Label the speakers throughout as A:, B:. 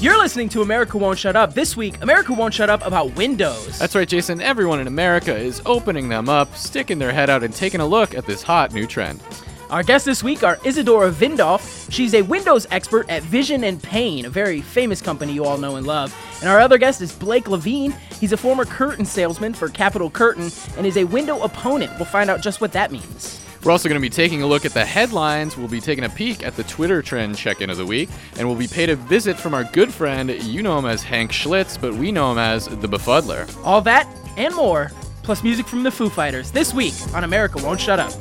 A: You're listening to America Won't Shut Up. This week, America Won't Shut Up about Windows.
B: That's right, Jason. Everyone in America is opening them up, sticking their head out, and taking a look at this hot new trend.
A: Our guests this week are Isadora Vindoff. She's a Windows expert at Vision and Pain, a very famous company you all know and love. And our other guest is Blake Levine. He's a former curtain salesman for Capital Curtain and is a window opponent. We'll find out just what that means.
B: We're also going to be taking a look at the headlines. We'll be taking a peek at the Twitter trend check in of the week, and we'll be paid a visit from our good friend. You know him as Hank Schlitz, but we know him as the Befuddler.
A: All that and more, plus music from the Foo Fighters, this week on America Won't Shut Up.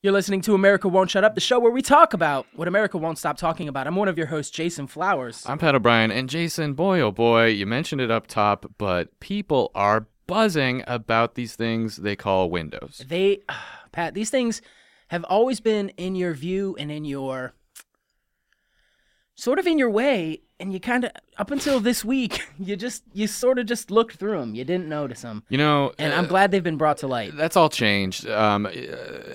A: You're listening to America Won't Shut Up, the show where we talk about what America won't stop talking about. I'm one of your hosts, Jason Flowers.
B: I'm Pat O'Brien, and Jason, boy oh boy, you mentioned it up top, but people are buzzing about these things they call Windows.
A: They, Pat, these things have always been in your view and in your sort of in your way, and you kind of up until this week, you just you sort of just looked through them. You didn't notice them,
B: You know,
A: and
B: uh,
A: I'm glad they've been brought to light.
B: that's all changed. Um, uh,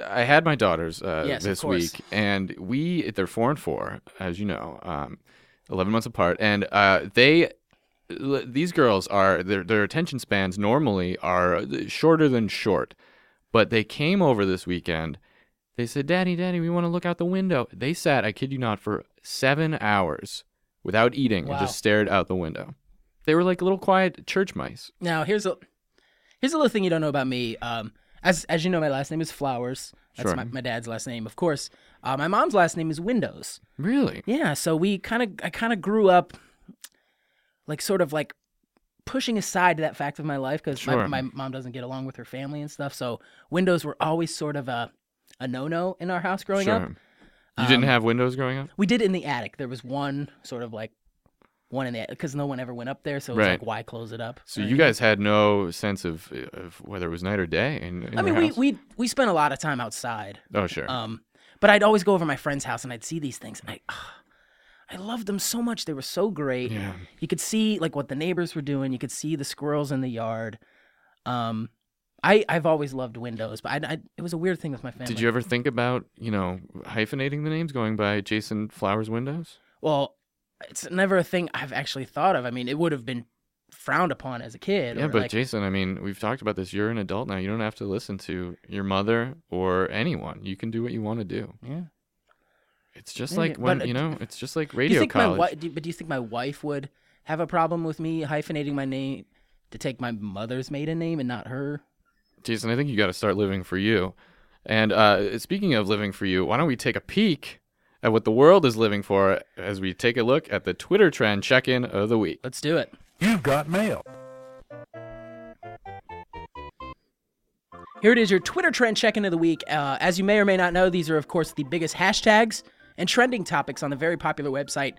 B: I had my daughters uh,
A: Yes, of
B: this
A: course.
B: week, and we they're four and four, as you know, um, eleven months apart, and uh, they. l- These girls are their their attention spans normally are uh, shorter than short, but they came over this weekend. They said, "Daddy, Daddy, we want to look out the window." They sat, I kid you not, for seven hours without eating
A: Wow.
B: and just stared out the window. They were like little quiet church mice.
A: Now here's a here's a little thing you don't know about me. Um, as as you know, my last name is Flowers. That's
B: Sure.
A: my, my dad's last name, of course. Uh, my mom's last name is Windows.
B: Really?
A: Yeah, so we kind of I kind of grew up like sort of like pushing aside that fact of my life because
B: Sure.
A: my, my mom doesn't get along with her family and stuff. So windows were always sort of a a no-no in our house growing
B: sure.
A: up. Um,
B: You didn't have windows growing up.
A: We did in the attic. There was one sort of like one in the because no one ever went up there, so it's
B: Right.
A: like why close it up?
B: So
A: or
B: you guys had no sense of, of whether it was night or day. In, in
A: I mean,
B: your
A: we,
B: house?
A: we we spent a lot of time outside.
B: Oh sure.
A: Um, but I'd always go over to my friend's house and I'd see these things and I, ah, I loved them so much. They were so great.
B: Yeah.
A: You could see like what the neighbors were doing. You could see the squirrels in the yard. Um, I I've always loved windows, but I, I it was a weird thing with my family.
B: Did you ever think about you know hyphenating the names, going by Jason Flowers Windows?
A: Well, it's never a thing I've actually thought of. I mean, it would have been frowned upon as a kid.
B: Yeah,
A: or,
B: but
A: like,
B: Jason, I mean, we've talked about this. You're an adult now. You don't have to listen to your mother or anyone. You can do what you want to do.
A: yeah.
B: It's just
A: Yeah,
B: like
A: but
B: when
A: it-
B: you know. It's just like
A: Do you
B: radio
A: think
B: college.
A: my wife? Do, but do you think my wife would have a problem with me hyphenating my name to take my mother's maiden name and not her?
B: Jason, I think you got to start living for you. And uh, speaking of living for you, why don't we take a peek at what the world is living for as we take a look at the Twitter trend check-in of the week?
A: Let's do it.
C: You've got mail.
A: Here it is, your Twitter trend check-in of the week. Uh, as you may or may not know, these are, of course, the biggest hashtags and trending topics on the very popular website,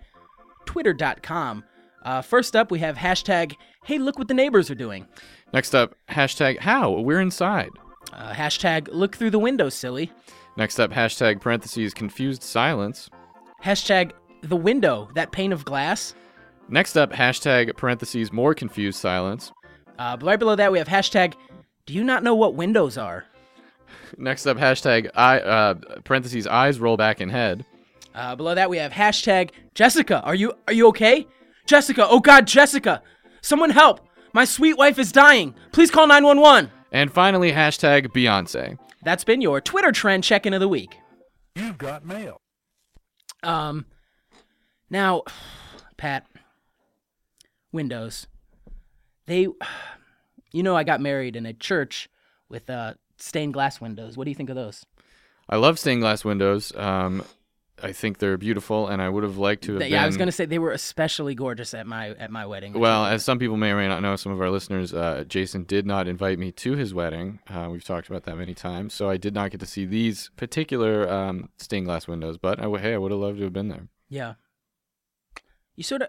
A: twitter.com. Uh, first up, we have hashtag, hey, look what the neighbors are doing.
B: Next up, hashtag how we're inside.
A: Uh, hashtag, look through the window, silly.
B: Next up, hashtag parentheses confused silence.
A: Hashtag, the window, that pane of glass.
B: Next up, hashtag parentheses more confused silence.
A: Uh, right below that, we have hashtag, do you not know what windows are?
B: Next up, hashtag I, uh, parentheses eyes roll back in head.
A: Uh, below that, we have hashtag, Jessica, are you, are you okay? Jessica, oh God, Jessica, someone help. My sweet wife is dying. Please call 911.
B: And finally, hashtag Beyonce.
A: That's been your Twitter trend check-in of the week.
C: You've got mail.
A: Um, now, Pat, Windows, they, you know, I got married in a church with uh, stained glass windows. What do you think of those?
B: I love stained glass windows. Um, I think they're beautiful, and I would have liked to have
A: That-
B: been.
A: yeah, I was gonna say they were especially gorgeous at my at my wedding.
B: Well, as some people may or may not know, some of our listeners, uh, Jason did not invite me to his wedding. Uh, we've talked about that many times, so I did not get to see these particular um, stained glass windows. But I w- hey, I would have loved to have been there.
A: yeah, you sort of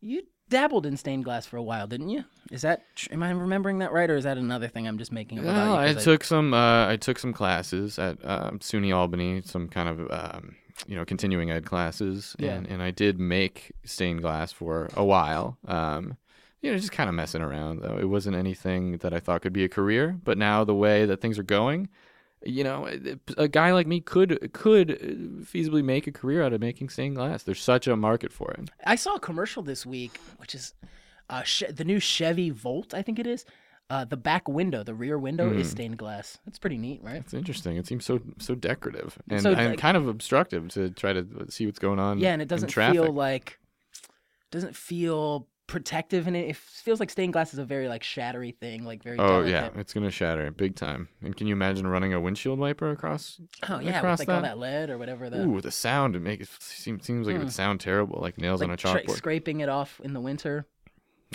A: you dabbled in stained glass for a while, didn't you? Is that tr- am I remembering that right, or is that another thing I'm just making up about
B: Well,
A: you?
B: I
A: 'cause
B: took some uh, I took some classes at um, SUNY Albany, some kind of um, you know continuing ed classes,
A: Yeah.
B: and, and I did make stained glass for a while. Um, you know, just kind of messing around though. It wasn't anything that I thought could be a career, but now the way that things are going, you know, a- a guy like me could could uh, feasibly make a career out of making stained glass. There's such a market for it.
A: I saw a commercial this week, which is uh, Che the new Chevy Volt, I think it is. Uh, the back window, the rear window, is
B: Hmm.
A: stained glass. That's pretty neat, right?
B: It's interesting. It seems so so decorative and,
A: So,
B: and
A: like-
B: kind of obstructive to try to see what's going on.
A: Yeah, and
B: Um, in
A: it doesn't
B: traffic.
A: feel like doesn't feel protective, and it, it feels like stained glass is a very like shattery thing, like very.
B: Oh
A: delicate.
B: yeah, it's gonna shatter big time. And can you imagine running a windshield wiper across?
A: Oh yeah,
B: across
A: with like all that lead or whatever the
B: Ooh, the sound it makes it seem, seems like it would sound terrible, like nails on a
A: like tra-
B: chalkboard.
A: scraping it off in the winter.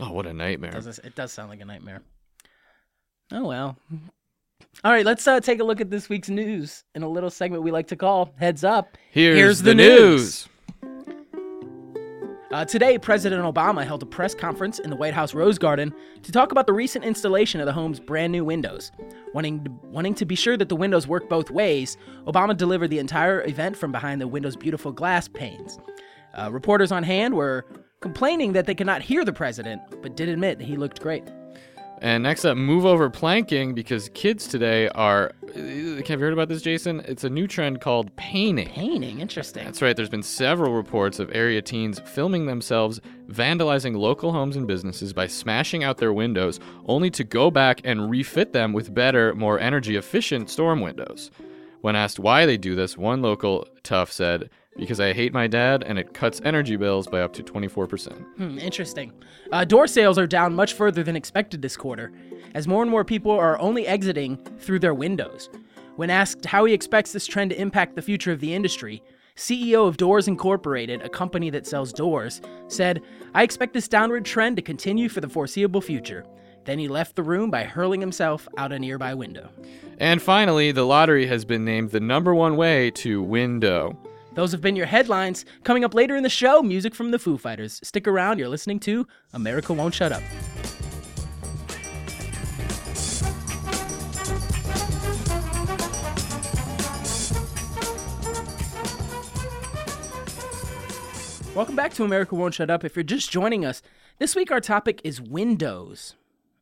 B: oh, what a nightmare!
A: Does it does sound like a nightmare. Oh well. All right, let's uh, take a look at this week's news in a little segment we like to call "Heads Up."
B: Here's,
A: Here's
B: the,
A: the
B: news.
A: Uh, today, President Obama held a press conference in the White House Rose Garden to talk about the recent installation of the home's brand new windows. Wanting to, wanting to be sure that the windows work both ways, Obama delivered the entire event from behind the window's beautiful glass panes. Uh, reporters on hand were complaining that they could not hear the president, but did admit he looked great.
B: And next up, move over planking because kids today are. uh, Have you heard about this, Jason? It's a new trend called painting.
A: Painting, interesting.
B: That's right. There's been several reports of area teens filming themselves vandalizing local homes and businesses by smashing out their windows, only to go back and refit them with better, more energy efficient storm windows. When asked why they do this, one local tough said, Because I hate my dad and it cuts energy bills by up to 24%.
A: Hmm, interesting. Uh, door sales are down much further than expected this quarter, as more and more people are only exiting through their windows. When asked how he expects this trend to impact the future of the industry, CEO of Doors Incorporated, a company that sells doors, said, I expect this downward trend to continue for the foreseeable future. Then he left the room by hurling himself out a nearby window.
B: And finally, the lottery has been named the number one way to window.
A: Those have been your headlines. Coming up later in the show, music from the Foo Fighters. Stick around, you're listening to America Won't Shut Up. Welcome back to America Won't Shut Up. If you're just joining us, this week our topic is windows.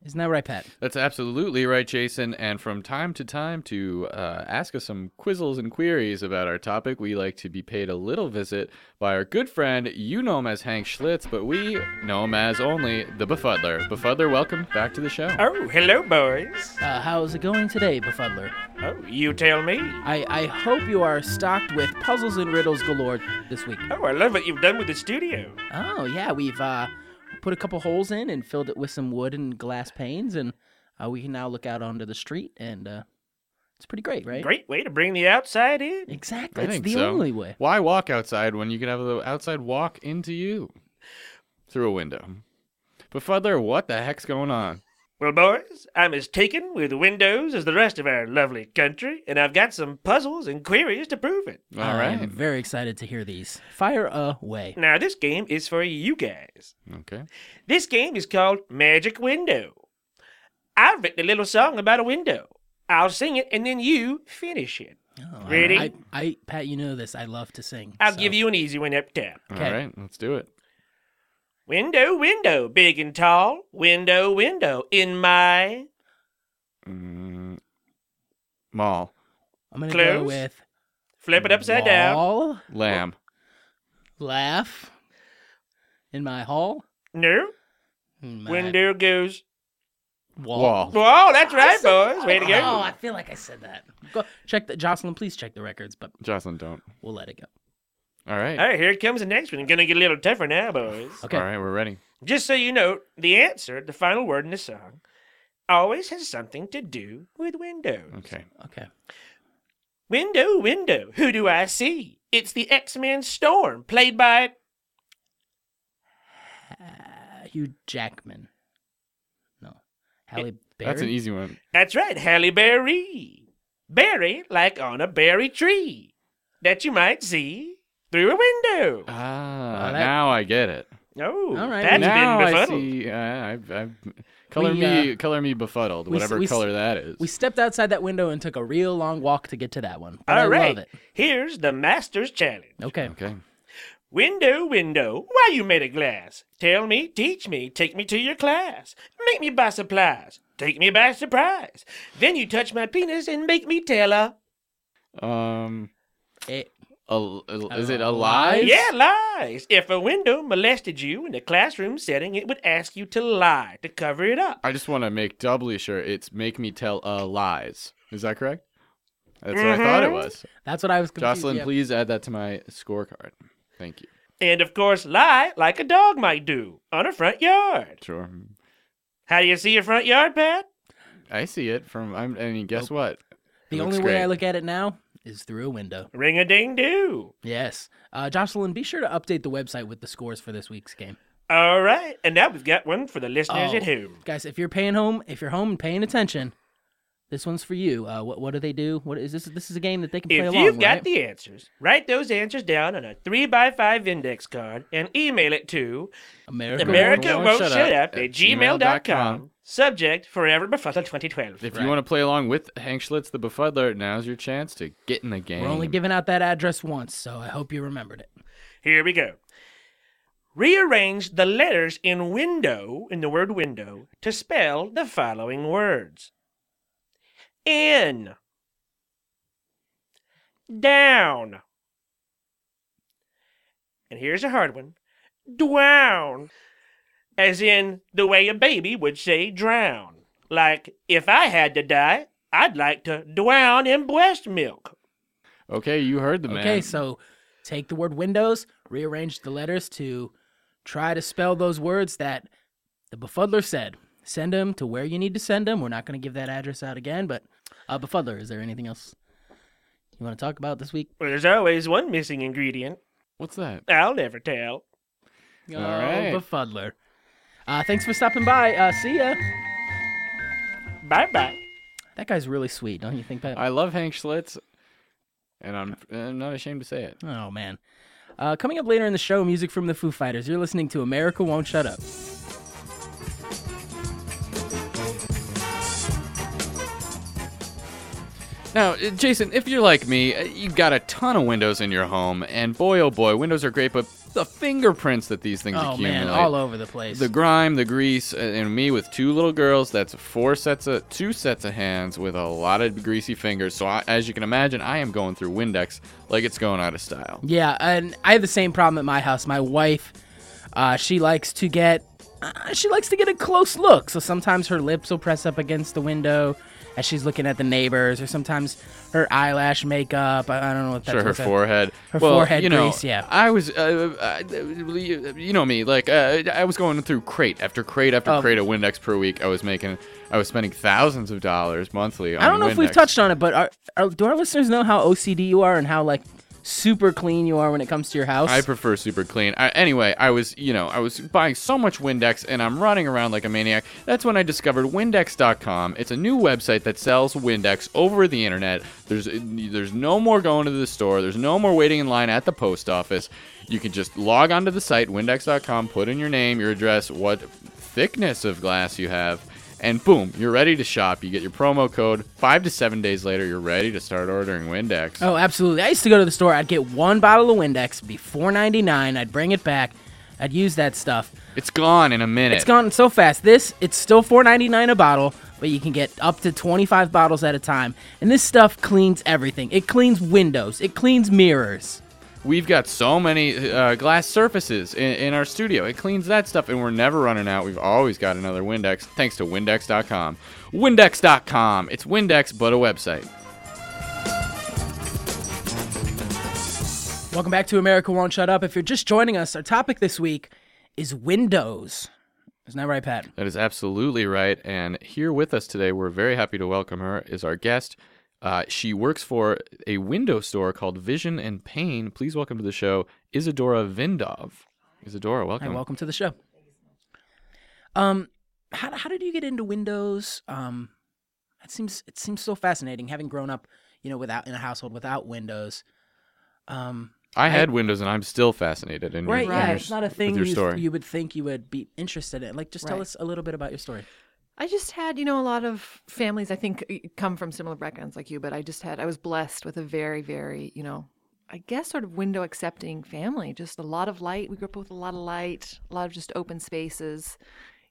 A: Isn't that right, Pat?
B: That's absolutely right, Jason. And from time to time, to uh, ask us some quizzles and queries about our topic, we like to be paid a little visit by our good friend. You know him as Hank Schlitz, but we know him as only the Befuddler. Befuddler, welcome back to the show.
D: Oh, hello, boys.
A: Uh, how's it going today, Befuddler?
D: Oh, you tell me.
A: I, I hope you are stocked with puzzles and riddles galore this week.
D: Oh, I love what you've done with the studio.
A: Oh yeah, we've uh, put a couple holes in and filled it with some wood and glass panes, and uh, we can now look out onto the street, and uh, it's pretty great, right?
D: Great way to bring the outside in.
A: Exactly.
B: I
A: It's
B: think
A: the
B: so.
A: only way.
B: Why walk outside when you can have the outside walk into you through a window? Befuddler, what the heck's going on?
D: Well, boys, I'm as taken with windows as the rest of our lovely country, and I've got some puzzles and queries to prove it.
B: All
A: I
B: right.
A: am very excited to hear these. Fire away.
D: Now, this game is for you guys.
B: Okay.
D: This game is called Magic Window. I've written a little song about a window. I'll sing it, and then you finish it.
A: Oh,
D: Ready?
A: I, I, Pat, you know this. I love to sing.
D: I'll
A: so-
D: give you an easy one up top.
A: Okay.
B: All right. Let's do it.
D: Window, window, big and tall. Window, window, in my
B: Mm, mall,
A: I'm gonna go
D: clues.
A: with
D: Flip it upside down.
A: wall,
B: lamb,
A: laugh in my hall.
D: No.
A: in my
D: Window goes.
A: wall.
B: wall.
D: Whoa, that's right,
A: said-
D: boys. Way to
A: Oh,
D: go.
A: I feel like I said that. Go check the Jocelyn. Please check the records, but
B: Jocelyn, don't.
A: we'll let it go.
B: All right.
D: All right, here comes the next one. gonna get a little tougher now, boys.
A: Okay.
B: All right, we're ready.
D: Just so you know, the answer, the final word in the song, always has something to do with windows.
B: Okay.
A: Okay.
D: Window, window, who do I see? It's the X Men Storm, played by.
A: Uh, Hugh Jackman. No. Halle Berry.
B: That's an easy one.
D: That's right, Halle Berry. Berry, like on a berry tree, that you might see through a window.
B: Ah,
A: Oh, that-
B: now I get it.
D: Oh,
A: All right.
D: that's
B: now
D: been
B: I
D: befuddled.
B: see. Uh, I've, I've, color
A: We, uh,
B: me, color me befuddled,
A: we s-
B: whatever
A: we s-
B: color that is.
A: we stepped outside that window and took a real long walk to get to that one. But I
D: All right,
A: love it.
D: here's the master's challenge.
A: Okay.
B: okay.
D: Window, window, why you made a glass? Tell me, teach me, take me to your class. Make me buy supplies. Take me by surprise. Then you touch my penis and make me tell a.
B: Um,
A: Eh,
B: al- al- is it
A: Uh,
B: alive?
D: Yeah, lies. If a window molested you in a classroom setting, it would ask you to lie to cover it up.
B: I just want to make doubly sure it's make me tell uh, lies. Is that correct? That's what I
D: Mhm.
B: thought it was.
A: that's what I was confused.
B: Jocelyn,
A: yeah.
B: please add that to my scorecard. Thank you.
D: And of course, lie like a dog might do on a front yard.
B: Sure.
D: How do you see your front yard, Pat?
B: I see it from. I'm. I mean,
A: Oh.
B: guess what?
A: The
B: It looks
A: only way I
B: great.
A: look at it now is through a window.
D: Ring a ding doo.
A: Yes. Uh, Jocelyn, be sure to update the website with the scores for this week's game.
D: All right, and now we've got one for the listeners
A: Oh.
D: at home.
A: Guys, if you're paying home, if you're home and paying attention, this one's for you. Uh, what what do they do? What is this? This is a game that they can play
D: If
A: along.
D: you've got
A: right?
D: the answers, write those answers down on a 3x5 index card and email it to
A: America,
D: America
B: Won't
D: Won't
B: Shut
D: Shut
B: Up
D: Up
B: at
D: at
B: gmail.com.
D: gmail.com. Subject Forever Befuddled 2012.
B: If you want to play along with Hank Schlitz the Befuddler, now's your chance to get in the game.
A: We're only giving out that address once, so I hope you remembered it.
D: Here we go. Rearrange the letters in window, in the word window, to spell the following words in, down. And here's a hard one drown, as in the way a baby would say drown. Like, if I had to die, I'd like to drown in breast milk.
B: Okay, you heard the man.
A: Okay, so take the word windows, rearrange the letters to try to spell those words that the befuddler said. Send them to where you need to send them. We're not going to give that address out again, but uh, befuddler, is there anything else you want to talk about this week?
D: Well, there's always one missing ingredient.
B: what's that?
D: I'll never tell.
A: All
B: All
A: right,
B: right.
A: oh, befuddler. Uh, thanks for stopping by. Uh, see ya.
D: Bye bye.
A: That guy's really sweet, don't you think, Pat?
B: I love Hank Schlitz, and I'm I'm not ashamed to say it.
A: Oh man. Uh, coming up later in the show, music from the Foo Fighters. You're listening to America Won't Shut Up.
B: Now, uh, Jason, if you're like me, uh, you've got a ton of windows in your home, and boy, oh boy, windows are great, but the fingerprints that these things
A: Oh
B: accumulate.
A: man, all over the place.
B: the grime, the grease, uh, and me with two little girls. That's four sets of two sets of hands with a lot of greasy fingers. So I, as you can imagine, I am going through Windex like it's going out of style.
A: yeah, and I have the same problem at my house. My wife, uh, she likes to get, uh, she likes to get a close look. So sometimes her lips will press up against the window as she's looking at the neighbors, or sometimes her eyelash makeup. I, I don't know if that's
B: Sure, her
A: what's up.
B: forehead.
A: Her
B: well,
A: forehead
B: you know,
A: grease, yeah.
B: I was, uh, I, you know me, like uh, I was going through crate after crate after
A: Oh.
B: crate of Windex per week. I was making, I was spending thousands of dollars monthly. On
A: I don't know if we've
B: Windex.
A: touched on it, but are, are, do our listeners know how OCD you are and how like super clean you are when it comes to your house?
B: I prefer super clean. I, anyway, I was, you know, I was buying so much Windex and I'm running around like a maniac. That's when I discovered Windex.com. It's a new website that sells Windex over the internet. There's there's no more going to the store. There's no more waiting in line at the post office. You can just log onto the site Windex.com, put in your name, your address, what thickness of glass you have. And boom, you're ready to shop. You get your promo code. Five to seven days later, you're ready to start ordering Windex.
A: Oh, absolutely. I used to go to the store. I'd get one bottle of Windex, be four ninety nine. I'd bring it back. I'd use that stuff.
B: It's gone in a minute.
A: It's gone so fast. This, it's still four ninety nine a bottle, but you can get up to twenty five bottles at a time. And this stuff cleans everything. It cleans windows. It cleans mirrors.
B: We've got so many uh, glass surfaces in, in our studio. It cleans that stuff, and we're never running out. We've always got another Windex, thanks to Windex.com. Windex.com. It's Windex, but a website.
A: Welcome back to America Won't Shut Up. If you're just joining us, our topic this week is Windows. Isn't that right, Pat?
B: That is absolutely right. And here with us today, we're very happy to welcome her, is our guest. Uh, she works for a window store called Vision and Pain. Please welcome to the show Isadora Vindov. Isadora, welcome.
A: Hi, welcome to the show. Um, how, how did you get into Windows? Um, it seems it seems so fascinating. Having grown up, you know, without in a household without Windows. Um,
B: I had Windows, and I'm still fascinated. In your-
A: right,
B: in
A: yeah,
B: your,
A: it's not a
B: with
A: thing
B: your
A: you,
B: story.
A: you would think you would be interested in. Like, just tell
E: Right.
A: us a little bit about your story.
E: I just had, you know, a lot of families I think eh, come from similar backgrounds like you, but I just had, I was blessed with a very, very, you know, I guess sort of window accepting family. Just a lot of light. We grew up with a lot of light, a lot of just open spaces.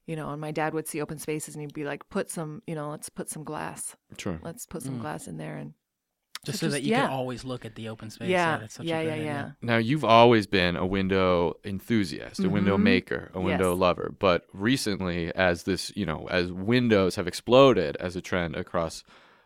E: you know, and my dad would see open spaces and he'd be like, put some, you know, let's put some glass.
B: Sure.
E: Let's put
A: Mm.
E: some glass in there. And
A: Just
E: So
A: so that
E: just-
A: you
E: yeah.
A: can always look at the open space.
E: yeah,
A: that's such
E: yeah,
A: a
E: yeah,
A: good
E: yeah,
A: idea.
B: Now you've always been a window enthusiast, a window
E: Mhm.
B: maker, a window
E: Yes.
B: lover, but recently as this, you know, as windows have exploded as a trend across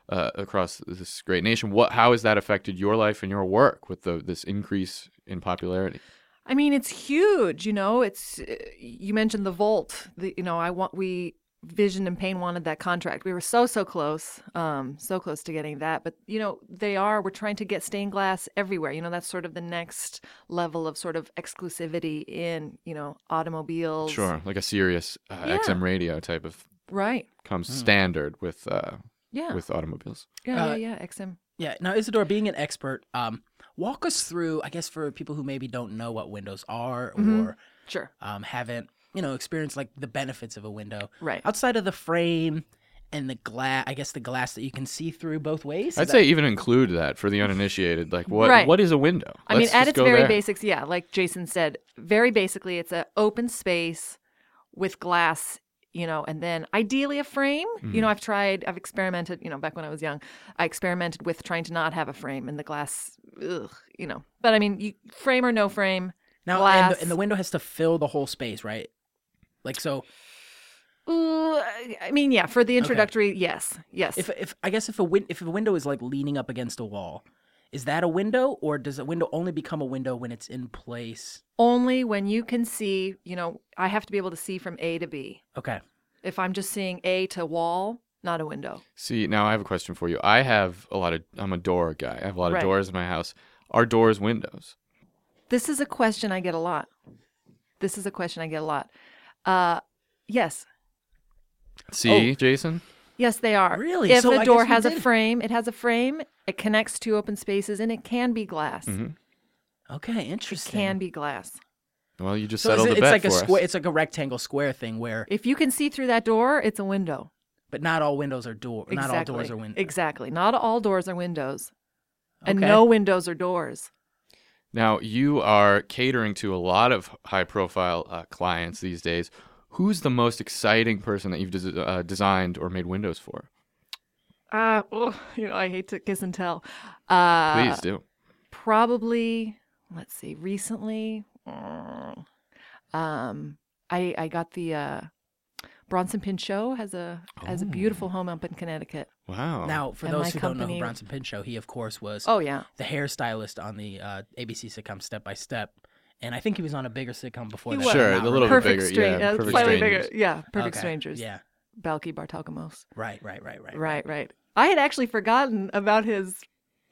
B: uh, across this great nation, what how has that affected your life and your work with the this increase in popularity?
E: I mean, it's huge. You know, it's uh, you mentioned the Volt. The, you know, I want we Vision and Pain wanted that contract. We were so so close, um, so close to getting that. But you know, they are. We're trying to get stained glass everywhere. You know, that's sort of the next level of sort of exclusivity in you know automobiles.
B: Sure, like a serious uh,
E: Yeah.
B: XM radio type of
E: Right.
B: comes standard with uh,
E: Yeah.
B: with automobiles.
E: yeah.
A: Uh,
E: yeah. Yeah. XM.
A: Yeah. Now, Isidore, being an expert, um, walk us through, I guess, for people who maybe don't know what windows are
E: Mhm.
A: or
E: Sure.
A: um, haven't, you know, experienced like the benefits of a window
E: Right.
A: outside of the frame and the glass. I guess the glass that you can see through both ways. Is
B: I'd
A: that-
B: say even include that for the uninitiated. Like what
E: Right.
B: what is a window?
E: I mean,
B: Let's
E: at
B: just
E: its
B: go
E: very
B: there.
E: basics, yeah, like Jason said, very basically, it's an open space with glass, you know, and then ideally a frame. You
B: Mm-hmm.
E: know, I've tried, I've experimented, you know, back when I was young, I experimented with trying to not have a frame and the glass, ugh, you know. But I mean, you, frame or no frame,
A: now,
E: glass.
A: And, the, and the window has to fill the whole space, right? Like so,
E: ooh, I I mean, yeah, for the introductory, yes, yes.
A: if if I guess if a win- if a window is like leaning up against a wall, is that a window, or does a window only become a window when it's in place?
E: Only when you can see, you know, I have to be able to see from A to B.
A: Okay,
E: If I'm just seeing A to wall, not a window.
B: See, now I have a question for you. I have a lot of. I'm a door guy. I have a lot of
E: Right.
B: doors in my house. Are doors windows?
E: This is a question I get a lot. This is a question I get a lot. Uh, yes,
A: Oh.
B: See, Jason.
E: yes, they are.
A: Really?
E: If
A: So I
E: a
A: guess
E: door
A: we
E: has a
A: did.
E: frame, it has a frame. It connects to open spaces, and it can be glass.
B: Mm-hmm.
A: okay, Mm-hmm. interesting.
E: Can be glass.
B: Well, you just
A: so is
B: settled
A: it-
B: the
A: it's
B: bet
A: like
B: for
A: a
B: us.
A: square. It's like a rectangle square thing where,
E: If you can see through that door, it's a window.
A: but not all windows are door. Not all doors
E: Exactly.
A: are windows.
E: Exactly. Not all doors are windows, and
A: Okay.
E: no windows are doors.
B: now you are catering to a lot of high-profile uh, clients these days. Who's the most exciting person that you've des- uh, designed or made windows for?
E: Uh, oh, you know, I hate to kiss and tell. Uh,
B: Please do.
E: probably let's see recently mm, um i i got the uh bronson pinchot has a has a
B: Oh.
E: beautiful home up in connecticut
B: Wow.
A: Now, for
E: And
A: those
E: my
A: who don't know who
E: company-
A: Bronson Pinchot, he of course was
E: oh yeah
A: the hairstylist on the uh, ABC sitcom Step by Step, and I think he was on a bigger sitcom before
E: He
A: that.
E: was.
A: I'm
B: Sure,
A: not
B: the little
A: remembering.
B: bit
E: perfect
B: bigger,
E: strangers
B: yeah,
E: uh,
B: Perfect
E: slightly
B: Strangers.
E: bigger yeah perfect
A: Okay,
E: strangers
A: Yeah,
E: balky bartalkamos
A: right, right, right, right.
E: right right i had actually forgotten about his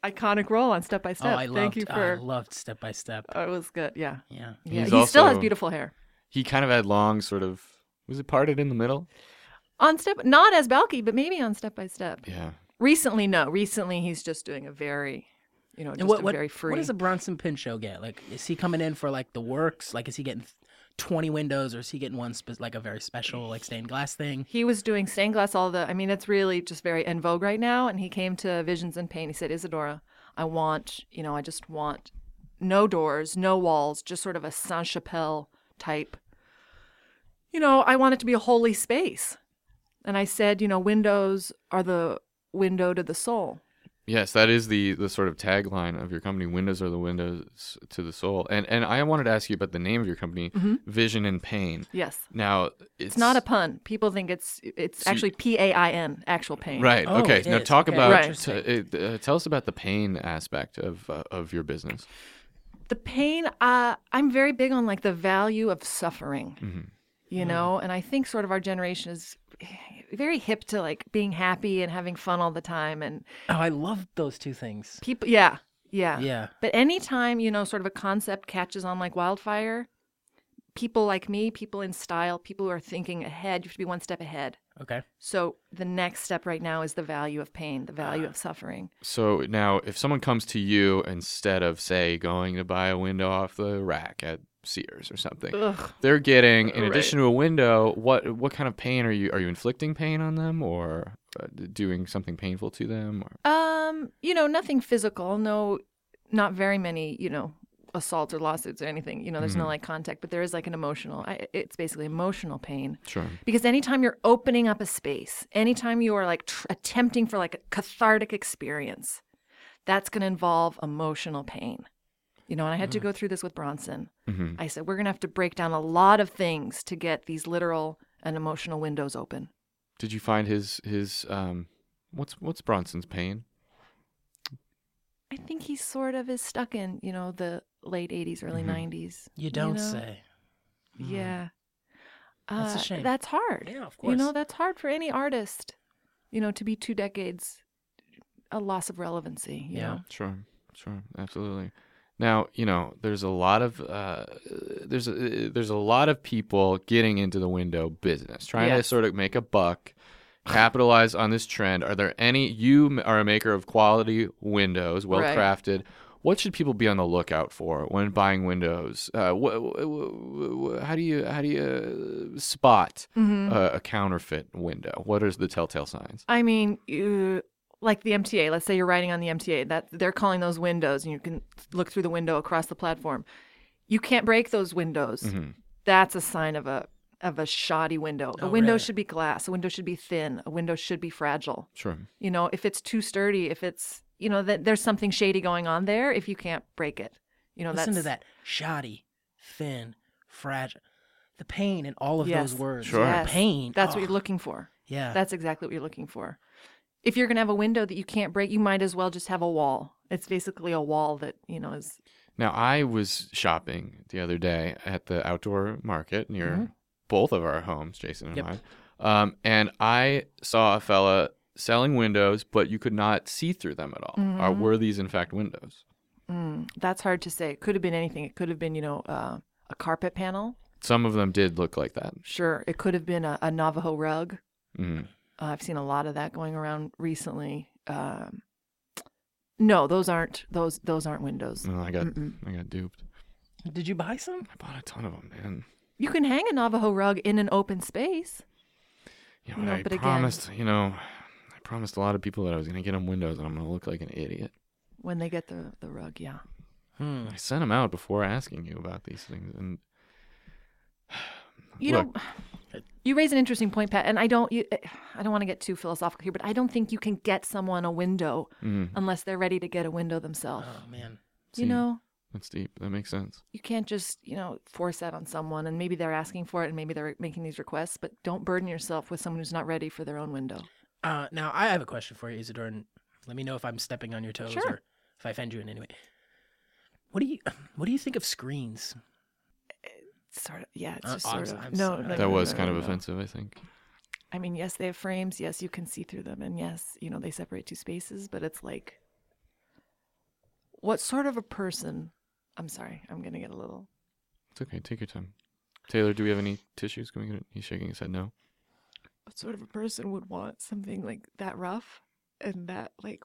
E: iconic role on step by
A: Oh,
E: step
A: I
E: thank
A: loved,
E: you
A: I
E: for
A: loved Step by Step.
E: oh, it was good yeah
A: Yeah,
E: yeah
B: He's
E: he still has
B: also-
E: beautiful hair
B: He kind of had long, sort of. Was it parted in the middle?
E: on step not as balky but maybe on step by step
B: Yeah.
E: Recently, no. Recently, he's just doing a very, you know, just
A: and what
E: a
A: what,
E: very free.
A: what does a Bronson Pinchot get? Like, is he coming in for like the works? Like, is he getting twenty windows, or is he getting one spe- like a very special like stained glass thing?
E: He was doing stained glass. All the, I mean, it's really just very en vogue right now. And he came to Visions and Pain. He said, Isadora, I want, you know, I just want no doors, no walls, just sort of a Saint Chapelle type. You know, I want it to be a holy space. And I said, you know, windows are the window to the soul.
B: Yes, that is the the sort of tagline of your company. Windows are the windows to the soul. And and I wanted to ask you about the name of your company, Vision and Pain.
E: Yes.
B: Now it's,
E: Mm-hmm. It's not a pun. People think it's it's
B: So you-
E: actually P A I N, actual pain.
B: right.
A: Oh,
B: okay.
A: it
B: Now
A: is.
B: talk
A: Okay.
B: about.
E: Right.
B: t- it, uh, tell us about the pain aspect of uh, of your business.
E: the pain uh, i'm very big on like the value of suffering you know and i think sort of our generation is very hip to like being happy and having fun all the time and
A: Oh, I love those two things.
E: people yeah yeah
A: Yeah.
E: but anytime you know sort of a concept catches on like wildfire people like me people in style people who are thinking ahead you have to be one step ahead
A: Okay.
E: so the next step right now is the value of pain the value of suffering
B: So now, if someone comes to you instead of say going to buy a window off the rack at Sears or something,
E: Ugh.
B: they're getting in addition to a window. What what kind of pain are you are you inflicting pain on them or uh, doing something painful to them? Or?
E: Um, you know, nothing physical. No, not very many. You know, assaults or lawsuits or anything. You know, there's no like contact, but there is like an emotional. I, it's basically emotional pain.
B: Sure.
E: Because anytime you're opening up a space, anytime you are like tr- attempting for like a cathartic experience, that's going to involve emotional pain. You know, and I had to go through this with Bronson.
B: Mm. Mm-hmm.
E: I said, we're going to have to break down a lot of things to get these literal and emotional windows open.
B: Did you find his his um what's what's Bronson's pain?
E: I think he sort of is stuck in, you know, the late 80s, early 90s.
A: Mm-hmm. You don't
E: know?
A: say. Mm-hmm.
E: Yeah.
A: That's a
E: Uh,
A: shame.
E: That's hard.
A: Yeah, of
E: You know,
A: course.
E: that's hard for any artist, you know, to be two decades a loss of relevancy, you
A: Yeah.
E: know.
B: Sure, sure, absolutely. Now you know there's a lot of uh, there's a, there's a lot of people getting into the window business, trying to
E: Yes.
B: sort of make a buck, capitalize on this trend. Are there any? You m- are a maker of quality windows, well crafted. What should people be on the lookout for when buying windows? Uh, wh- wh- wh- wh- how do you how do you uh, spot a, a counterfeit window? What are the telltale signs?
E: Mm-hmm. I mean, you, like the MTA. Let's say you're riding on the MTA. That they're calling those windows, and you can look through the window across the platform. You can't break those windows.
A: Mm-hmm.
B: Mm-hmm.
E: That's a sign of a of a shoddy window.
A: Oh,
E: a window should be glass. A window should be thin. A window should be fragile.
B: Sure.
E: You know, if it's too sturdy, if it's you know that there's something shady going on there. If you can't break it, you know
A: Listen
E: that's
A: to that. Shoddy, thin, fragile. The pain in all of
E: Yes.
A: those words.
B: Sure.
E: Yes.
A: Pain.
E: That's what
A: Ugh.
E: you're looking for.
A: Yeah.
E: That's exactly what you're looking for. If you're going to have a window that you can't break, you might as well just have a wall. It's basically a wall that, you know, is
B: Now, I was shopping the other day at the outdoor market near
E: Mm-hmm.
B: both of our homes, Jason and
A: Yep.
B: mine. Um, and I saw a fella selling windows, but you could not see through them at all. Are,
E: Mm-hmm.
B: were these, in fact, windows?
E: mm, that's hard to say. It could have been anything. It could have been, you know, uh, a carpet panel.
B: Some of them did look like that.
E: Sure. It could have been a, a Navajo rug.
B: Mm.
E: Uh, I've seen a lot of that going around recently. Um, no, those aren't those those aren't windows.
B: Well, I got, I got duped.
A: Did you buy some?
B: I bought a ton of them, man.
E: You can hang a Navajo rug in an open space.
B: You know,
E: No,
B: I
E: but again-
B: promised, you know, I promised a lot of people that I was going to get them windows, and I'm going to look like an idiot.
E: When they get the, the rug, yeah.
A: Hmm.
B: I sent them out before asking you about these things, and
E: you
B: Look.
E: know you raise an interesting point pat and i don't you, eh, i don't want to get too philosophical here but i don't think you can get someone a window
B: Mm.
E: unless they're ready to get a window themselves
A: Oh, man.
E: you
B: see.
E: know
B: that's deep. That makes sense.
E: you can't just you know force that on someone and maybe they're asking for it and maybe they're making these requests but don't burden yourself with someone who's not ready for their own window
A: Uh, now, I have a question for you, Isidore, and let me know if I'm stepping on your toes
E: Sure.
A: or if I offend you in any way. What do you What do you think of screens?
E: sort of yeah it's
A: Uh,
E: just
A: oh, I'm
E: sort
A: so-
E: of
A: I'm
E: no,
A: sorry. That
E: no, no,
B: That was
E: no,
B: kind
E: no,
B: of
E: no.
B: offensive, I think.
E: i mean yes they have frames yes you can see through them and yes you know they separate two spaces but it's like what sort of a person i'm sorry i'm gonna get a little
B: It's okay. Take your time. Taylor, do we have any tissues? Can we get it? He's shaking his head no.
E: what sort of a person would want something like that rough and that like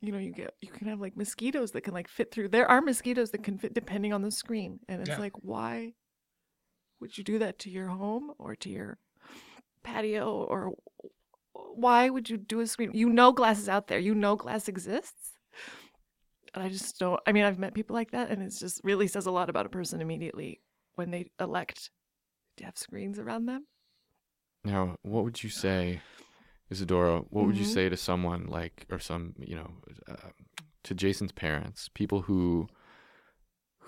E: you know you get you can have like mosquitoes that can like fit through there are mosquitoes that can fit depending on the screen and it's
A: Yeah.
E: like why would you do that to your home or to your patio or why would you do a screen you know glass is out there you know glass exists and i just don't i mean i've met people like that and it's just really says a lot about a person immediately when they elect to have screens around them
B: Now, what would you say, Isadora? What would you
E: Mhm.
B: say to someone like, or some, you know, uh, to Jason's parents, people who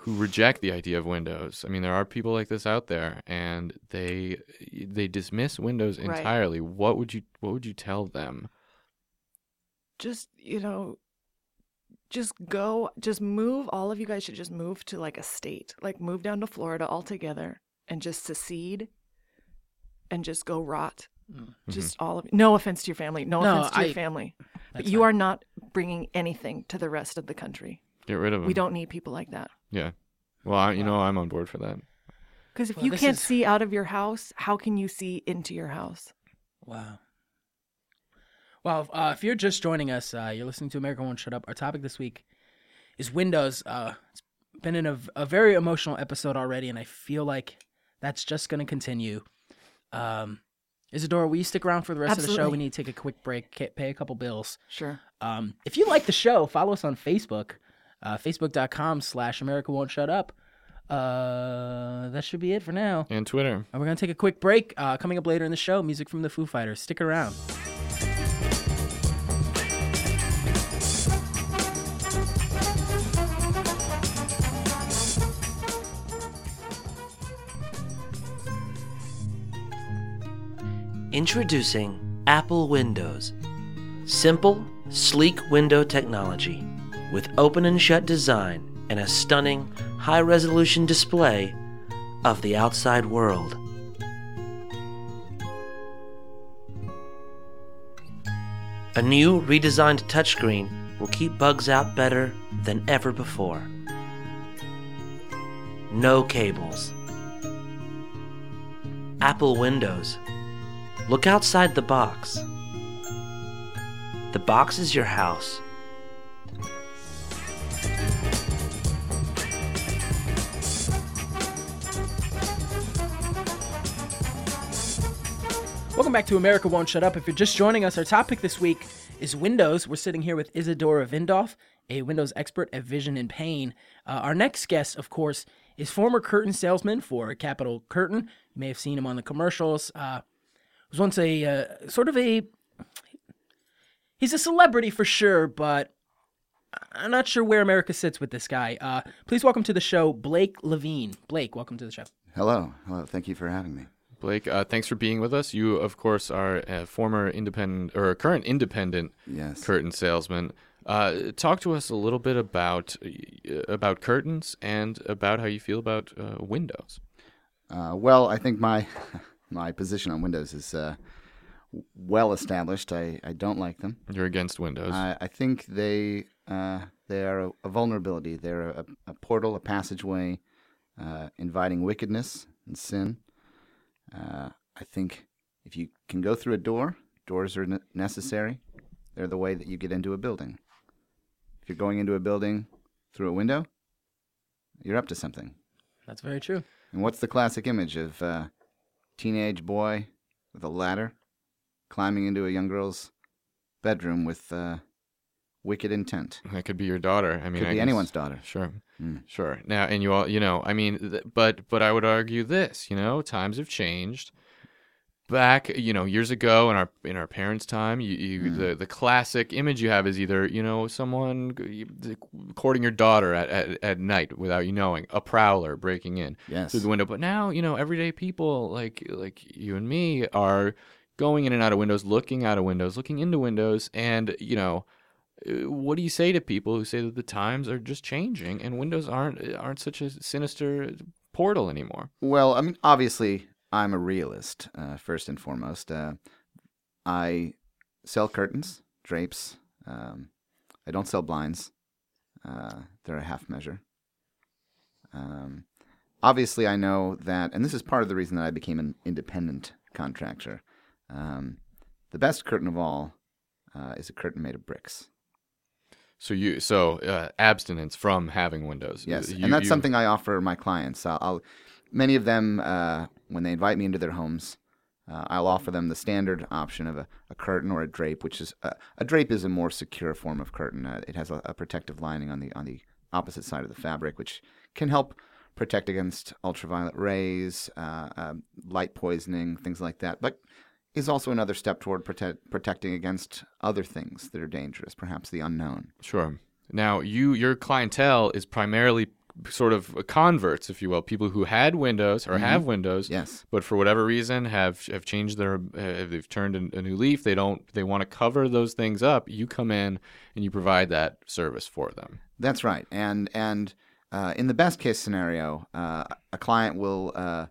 B: who reject the idea of windows? I mean, there are people like this out there, and they they dismiss windows
E: Right.
B: entirely. What would you What would you tell them?
E: just you know just go just move all of you guys should just move to like a state like move down to florida altogether and just secede and just go rot just all of no offense to your family no,
A: No,
E: offense to
A: I-
E: your family but
A: That's
E: you
A: fine.
E: are not bringing anything to the rest of the country
B: Get rid of them.
E: we don't need people like that
B: Yeah. Well, I, you know, I'm on board for that.
E: because if
A: Well,
E: you
A: this
E: can't
A: is-
E: see out of your house how can you see into your house
A: Wow. Well, if- uh, if you're just joining us, uh, you're listening to America Won't Shut Up. Our topic this week is Windows. Uh, it's been in a, a very emotional episode already, and I feel like that's just going to continue. Um, Isadora, will you stick around for the rest of the show?
E: Absolutely.
A: We need to take a quick break, ca- pay a couple bills.
E: sure
A: Um, if you like the show, follow us on Facebook. uh, facebook.com slash America Won't Shut Up. Uh, that should be it for now.
B: And Twitter.
A: And we're going to take a quick break. Uh, coming up later in the show, music from the Foo Fighters. Stick around.
F: Introducing Apple Windows. Simple, sleek window technology with open and shut design and a stunning, high resolution display of the outside world. A new redesigned touchscreen will keep bugs out better than ever before. No cables. Apple Windows. Look outside the box. The box is your house.
A: Welcome back to America Won't Shut Up. If you're just joining us, our topic this week is Windows. We're sitting here with Isadora Vindoff, a Windows expert at Vision and Pain. Uh, our next guest, of course, is former curtain salesman for Capital Curtain. You may have seen him on the commercials. Uh, was once a uh, sort of a he's a celebrity for sure, but I'm not sure where America sits with this guy. Uh, please welcome to the show Blake Levine. Blake, welcome to the show.
G: Hello. Hello. Thank you for having me.
B: Blake, uh, thanks for being with us. You, of course, are a former independent or a current independent
G: Yes.
B: curtain salesman. Uh, talk to us a little bit about uh, about curtains and about how you feel about uh, windows.
G: Uh, well, I think my my position on Windows is uh, w- well established. I, I don't like them.
B: You're against windows.
G: I, I think they uh, they are a, a vulnerability. They're a, a portal, a passageway, uh, inviting wickedness and sin. Uh, I think if you can go through a door, doors are ne- necessary. They're the way that you get into a building. If you're going into a building through a window, you're up to something.
A: That's very true.
G: And what's the classic image of uh, teenage boy with a ladder climbing into a young girl's bedroom with uh, wicked intent?
B: that could be your daughter. I mean,
G: Could
B: I
G: be
B: guess-
G: anyone's daughter.
B: Sure,
G: Mm.
B: sure. Now, and you all, you know, I mean, th- but but I would argue this. You know, times have changed. Back, you know, years ago in our in our parents' time, you, you the the classic image you have is either you know someone g- you- courting your daughter at, at at night without you knowing, a prowler breaking in
G: Yes.
B: through the window. But now, you know, everyday people like like you and me are going in and out of windows, looking out of windows, looking into windows, and you know, uh, what do you say to people who say that the times are just changing and windows aren't uh, aren't such a sinister portal anymore?
G: Well, I mean, obviously, I'm a realist, uh, first and foremost. Uh, I sell curtains, drapes. Um, I don't sell blinds, uh, they're a half measure. Um, obviously, I know that, and this is part of the reason that I became an independent contractor. Um, the best curtain of all uh, is a curtain made of bricks.
B: So you so uh, abstinence from having windows.
G: Yes,
B: You-
G: and that's
B: you-
G: something I offer my clients. I'll, I'll many of them uh, when they invite me into their homes, uh, I'll offer them the standard option of a, a curtain or a drape, which is uh, a drape is a more secure form of curtain. Uh, it has a, a protective lining on the on the opposite side of the fabric, which can help protect against ultraviolet rays, uh, um light poisoning, things like that. But is also another step toward protect, protecting against other things that are dangerous, perhaps the unknown.
B: Sure. Now, you your clientele is primarily sort of converts, if you will, people who had Windows or have Windows,
G: Mm-hmm. Yes.
B: but for whatever reason have have changed their uh, they've turned a, a new leaf. They don't they want to cover those things up. You come in and you provide that service for them.
G: That's right, and and uh, in the best case scenario, uh, a client will uh,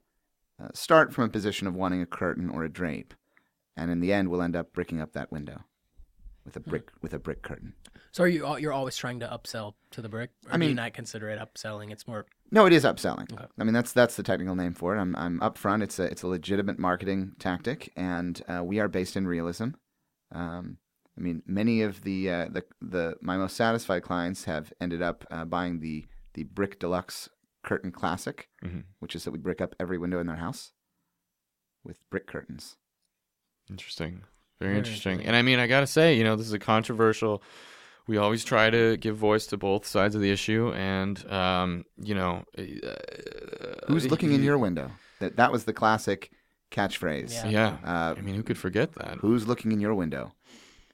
G: uh, start from a position of wanting a curtain or a drape, and in the end, will end up bricking up that window with a brick with a brick curtain.
A: So are you al- you're always trying to upsell to the brick? Or
G: I
A: do you
G: mean-
A: not consider it upselling. It's more
G: No, it is upselling. I mean, that's that's the technical name for it. I'm I'm upfront. It's a it's a legitimate marketing tactic, and uh, we are based in realism. Um, I mean, many of the uh, the the my most satisfied clients have ended up uh, buying the the brick deluxe curtain classic,
B: Mhm.
G: which is that we brick up every window in their house with brick curtains.
B: Interesting. Very,
A: Very
B: interesting.
A: interesting.
B: And I mean, I got to say, you know, this is a controversial we always try to give voice to both sides of the issue, and um, you know, uh,
G: Who's looking in your window? That that was the classic catchphrase.
A: Yeah.
B: yeah.
G: Uh,
B: I mean, who could forget that?
G: Who's looking in your window?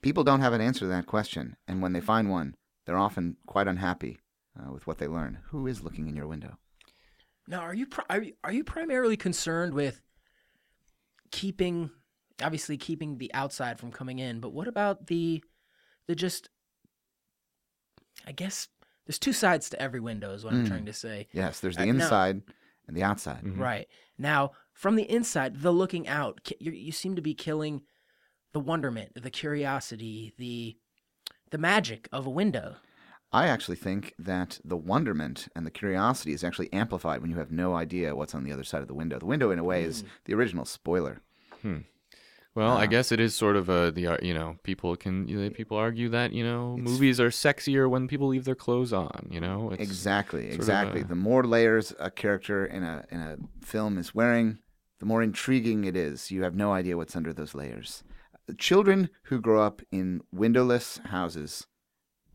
G: People don't have an answer to that question, and when they find one, they're often quite unhappy uh, with what they learn. Who is looking in your window?
A: Now, are you, pri- are you are you primarily concerned with keeping, obviously keeping the outside from coming in, but what about the the just? I guess there's two sides to every window, is what I'm
G: Mm.
A: trying to say.
G: Yes, there's the
A: Uh, no.
G: inside and the outside.
B: Mhm.
A: Right now, from the inside, the looking out, ki- you you seem to be killing the wonderment, the curiosity, the the magic of a window.
G: I actually think that the wonderment and the curiosity is actually amplified when you have no idea what's on the other side of the window. The window, in a way, is
A: Mm.
G: the original spoiler.
B: Well, I
G: Uh,
B: guess it is sort of a the ar- you know people can you know, people argue that you know
G: It's-
B: movies are sexier when people leave their clothes on. You know, it's,
G: exactly,
B: sort of
G: exactly.
B: a-
G: The more layers a character in a in a film is wearing, the more intriguing it is. You have no idea what's under those layers. Children who grow up in windowless houses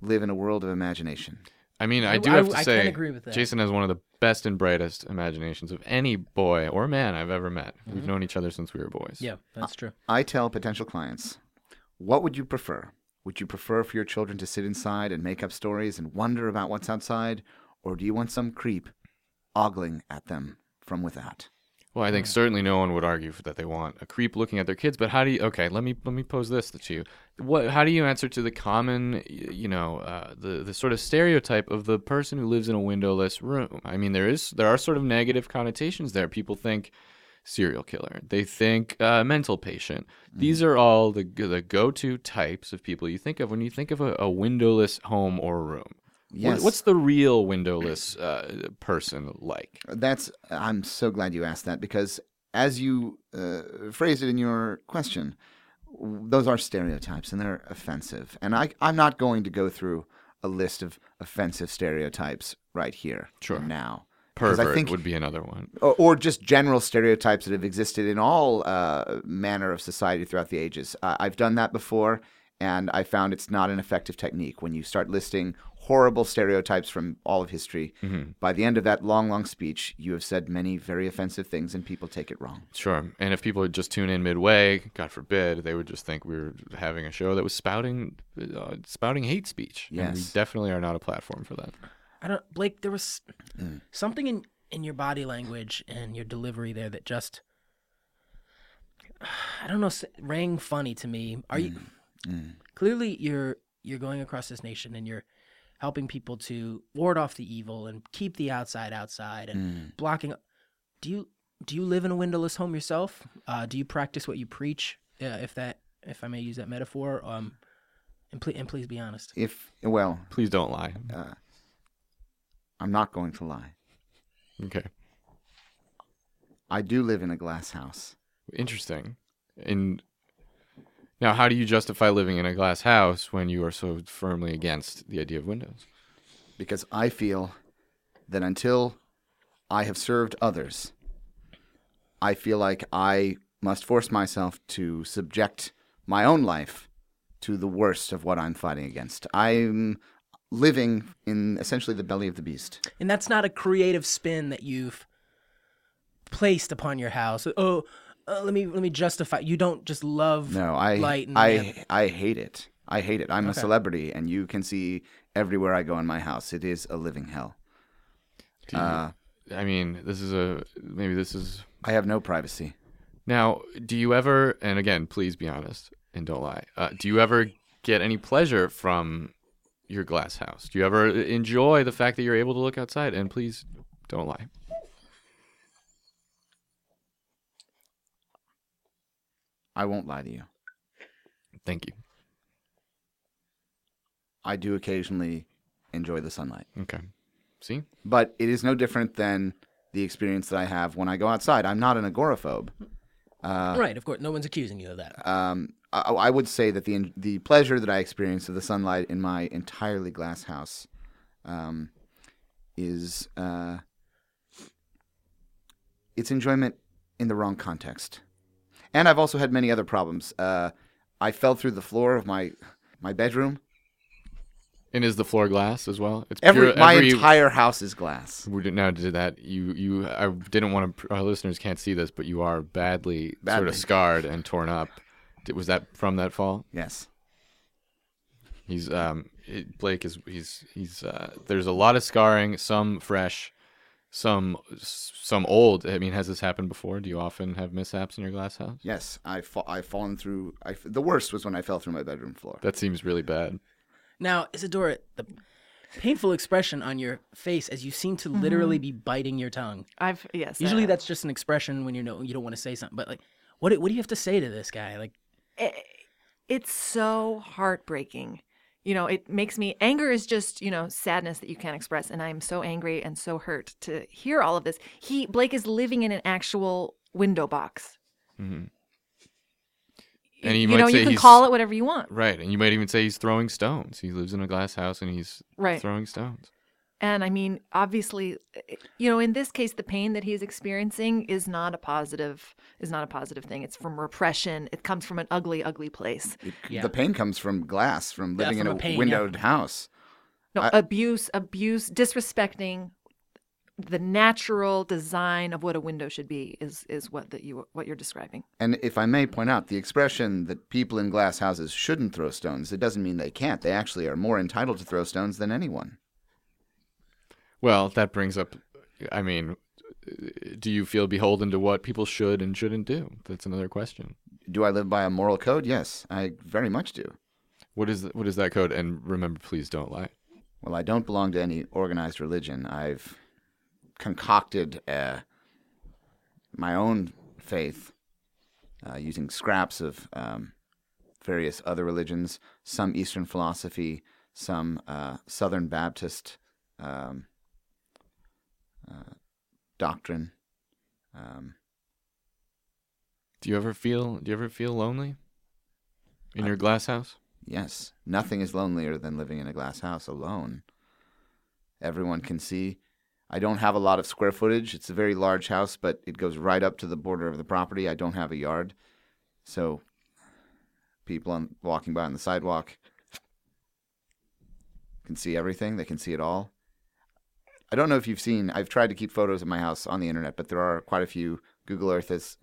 G: live in a world of imagination.
B: I mean, I
A: I-
B: do
A: I-
B: have to
A: I can
B: say,
A: agree with that.
B: Jason has one of the best and brightest imaginations of any boy or man I've ever met. We've known each other since we were boys.
A: Mm-hmm. Yeah, that's true.
G: I tell potential clients, what would you prefer? Would you prefer for your children to sit inside and make up stories and wonder about what's outside, or do you want some creep ogling at them from without?
B: Well, I think
G: Hmm.
B: certainly no one would argue for that they want a creep looking at their kids. But how do you? Okay, let me let me pose this to you. What? How do you answer to the common, y- you know, uh, the the sort of stereotype of the person who lives in a windowless room? I mean, there is there are sort of negative connotations there. People think serial killer. They think uh, mental patient.
G: Hmm.
B: These are all the g- the go to types of people you think of when you think of a, a windowless home or room. What-
G: Yes.
B: what's the real windowless uh, person like?
G: That's. I'm so glad you asked that because as you uh, phrased it in your question, w- those are stereotypes and they're offensive. And I, I'm not going to go through a list of offensive stereotypes right here
B: Sure.
G: now. 'Cause I
B: Pervert
G: think-
B: would be another one.
G: or, or just general stereotypes that have existed in all uh, manner of society throughout the ages. Uh, I've done that before, and I found it's not an effective technique. When you start listing horrible stereotypes from all of history, by the end of that long, long speech, you have said many very offensive things, and people take it wrong.
B: Sure. And if people would just tune in midway, God forbid, they would just think we were having a show that was spouting uh, spouting hate speech. And we
G: Yes.
B: definitely are not a platform for that.
A: I don't Blake. There was something in in your body language and your delivery there that just I don't know s- rang funny to me. Are you clearly you're you're going across this nation and you're helping people to ward off the evil and keep the outside outside and blocking. Do you do you live in a windowless home yourself? Uh, do you practice what you preach? Yeah, if that if I may use that metaphor. Um, and, ple- and please be honest.
G: If well,
B: Please don't lie.
G: I'm not going to lie.
B: Okay.
G: I do live in a glass house.
B: Interesting. And now, how do you justify living in a glass house when you are so firmly against the idea of windows?
G: because I feel that until I have served others, I feel like I must force myself to subject my own life to the worst of what I'm fighting against. I'm living in essentially the belly of the beast.
A: And that's not a creative spin that you've placed upon your house. Oh, uh, let me let me justify. You don't just love
G: No, I
A: light and yeah.
G: I I hate it. I hate it. I'm a celebrity and you can see everywhere I go in my house. It is a living hell. Uh,
B: Do you- I mean, this is a maybe this is
G: I have no privacy.
B: Now, do you ever, and again, please be honest and don't lie, uh, do you ever get any pleasure from your glass house? Do you ever enjoy the fact that you're able to look outside? And please don't lie.
G: I won't lie to you.
B: Thank you.
G: I do occasionally enjoy the sunlight.
B: Okay. See?
G: but it is no different than the experience that I have when I go outside. I'm not an agoraphobe. uh,
A: right. Of course, no one's accusing you of that.
G: Um, I, I would say that the the pleasure that I experience of the sunlight in my entirely glass house um, is uh, its enjoyment in the wrong context. And I've also had many other problems. Uh, I fell through the floor of my my bedroom
B: And is the floor glass as well? It's
G: Every
B: pure-
G: my entire house is glass.
B: We didn't know did that. You you I didn't want to. Our listeners can't see this, but you are badly, sort
G: Badly.
B: of scarred and torn up. Did- Was that from that fall?
G: Yes.
B: He's um it, Blake is he's he's uh there's a lot of scarring, some fresh, some some old. I mean, has this happened before? Do you often have mishaps in your glass house?
G: Yes, I fa- I've fallen through. I f- the worst was when I fell through my bedroom floor.
B: That seems really bad.
A: Now, Isadora, the painful expression on your face as you seem to literally be biting your tongue.
E: I've yes. I
A: Usually,
E: have.
A: that's just an expression when you know you don't want to say something. But like, what do- what do you have to say to this guy? Like,
E: it- eh, it's so heartbreaking. You know, it makes me anger is just, you know, sadness that you can't express. And I am so angry and so hurt to hear all of this. He, Blake is living in an actual window box.
B: hmm
E: Y-
B: And he
E: you
B: might
E: know,
B: say
E: you can
B: he's-
E: call it whatever you want.
B: Right, and you might even say he's throwing stones. He lives in a glass house and he's
E: Right.
B: throwing stones.
E: And I mean, obviously, i- you know, in this case, the pain that he's experiencing is not a positive, is not a positive thing. It's from repression. It comes from an ugly, ugly place.
G: It-
A: Yeah.
G: The pain comes from glass, from
A: Yeah,
G: living
A: from a
G: in a,
A: pane, yeah.
G: windowed house.
E: No,
G: I-
E: abuse, abuse, disrespecting the natural design of what a window should be is is what that you what you're describing.
G: And if I may point out, the expression that people in glass houses shouldn't throw stones, it doesn't mean they can't. They actually are more entitled to throw stones than anyone.
B: Well, that brings up. I mean, do you feel beholden to what people should and shouldn't do? That's another question.
G: Do I live by a moral code? Yes, I very much do.
B: What is what is that code? And remember, please don't lie.
G: Well, I don't belong to any organized religion. I've concocted uh, my own faith uh, using scraps of um, various other religions, some Eastern philosophy, some uh, Southern Baptist um, uh, doctrine. Um,
B: Do you ever feel Do you ever feel lonely in your glass house?
G: Yes, nothing is lonelier than living in a glass house alone. Everyone can see. I don't have a lot of square footage. It's a very large house, but it goes right up to the border of the property. I don't have a yard. So people on, walking by on the sidewalk can see everything, they can see it all. I don't know if you've seen, I've tried to keep photos of my house on the internet, but there are quite a few. Google Earth is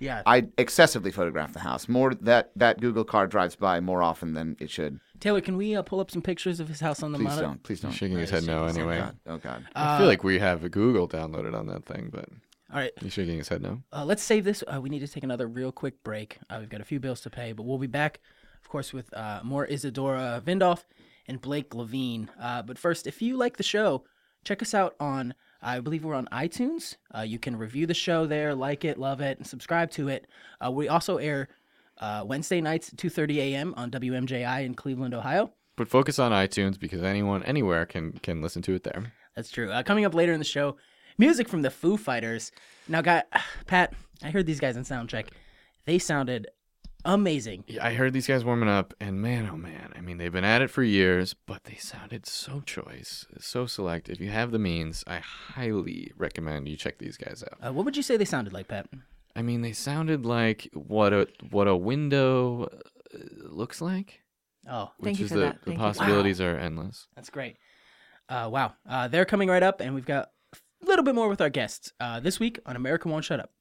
A: yeah,
G: I excessively photograph the house. More that that Google car drives by more often than it should.
A: Taylor, can we uh, pull up some pictures of his house on the
G: Please
A: monitor?
G: don't. Please
B: He's
G: don't.
B: shaking his head no.
A: Oh,
B: Anyway,
G: God. Oh God.
B: I
A: Uh,
B: feel like we have Google downloaded on that thing, but
A: All right,
B: he's shaking his head no.
A: uh, let's save this. Uh, we need to take another real quick break. Uh, we've got a few bills to pay, but we'll be back, of course, with uh, more Isadora Vindoff and Blake Levine. Uh, but first, if you like the show, check us out on, I believe we're on iTunes. Uh, you can review the show there, like it, love it, and subscribe to it. Uh, we also air uh, Wednesday nights at 2.30 a.m. on WMJI in Cleveland, Ohio.
B: But focus on iTunes because anyone anywhere can can listen to it there.
A: That's true. Uh, coming up later in the show, music from the Foo Fighters. Now, guy, Pat, I heard these guys in soundcheck. They sounded amazing.
B: Yeah, I heard these guys warming up, and man, oh man, I mean, they've been at it for years, but they sounded so choice, so select. If you have the means, I highly recommend you check these guys out.
A: Uh, what would you say they sounded like, Pat?
B: I mean, they sounded like what a what a window uh, looks like,
A: Oh,
B: which
E: Thank you
B: is
E: for
B: the,
E: that.
B: the
E: Thank you.
B: possibilities are endless.
A: that's great. Uh, wow. Uh, they're coming right up, and we've got a little bit more with our guests uh, this week on America Won't Shut Up.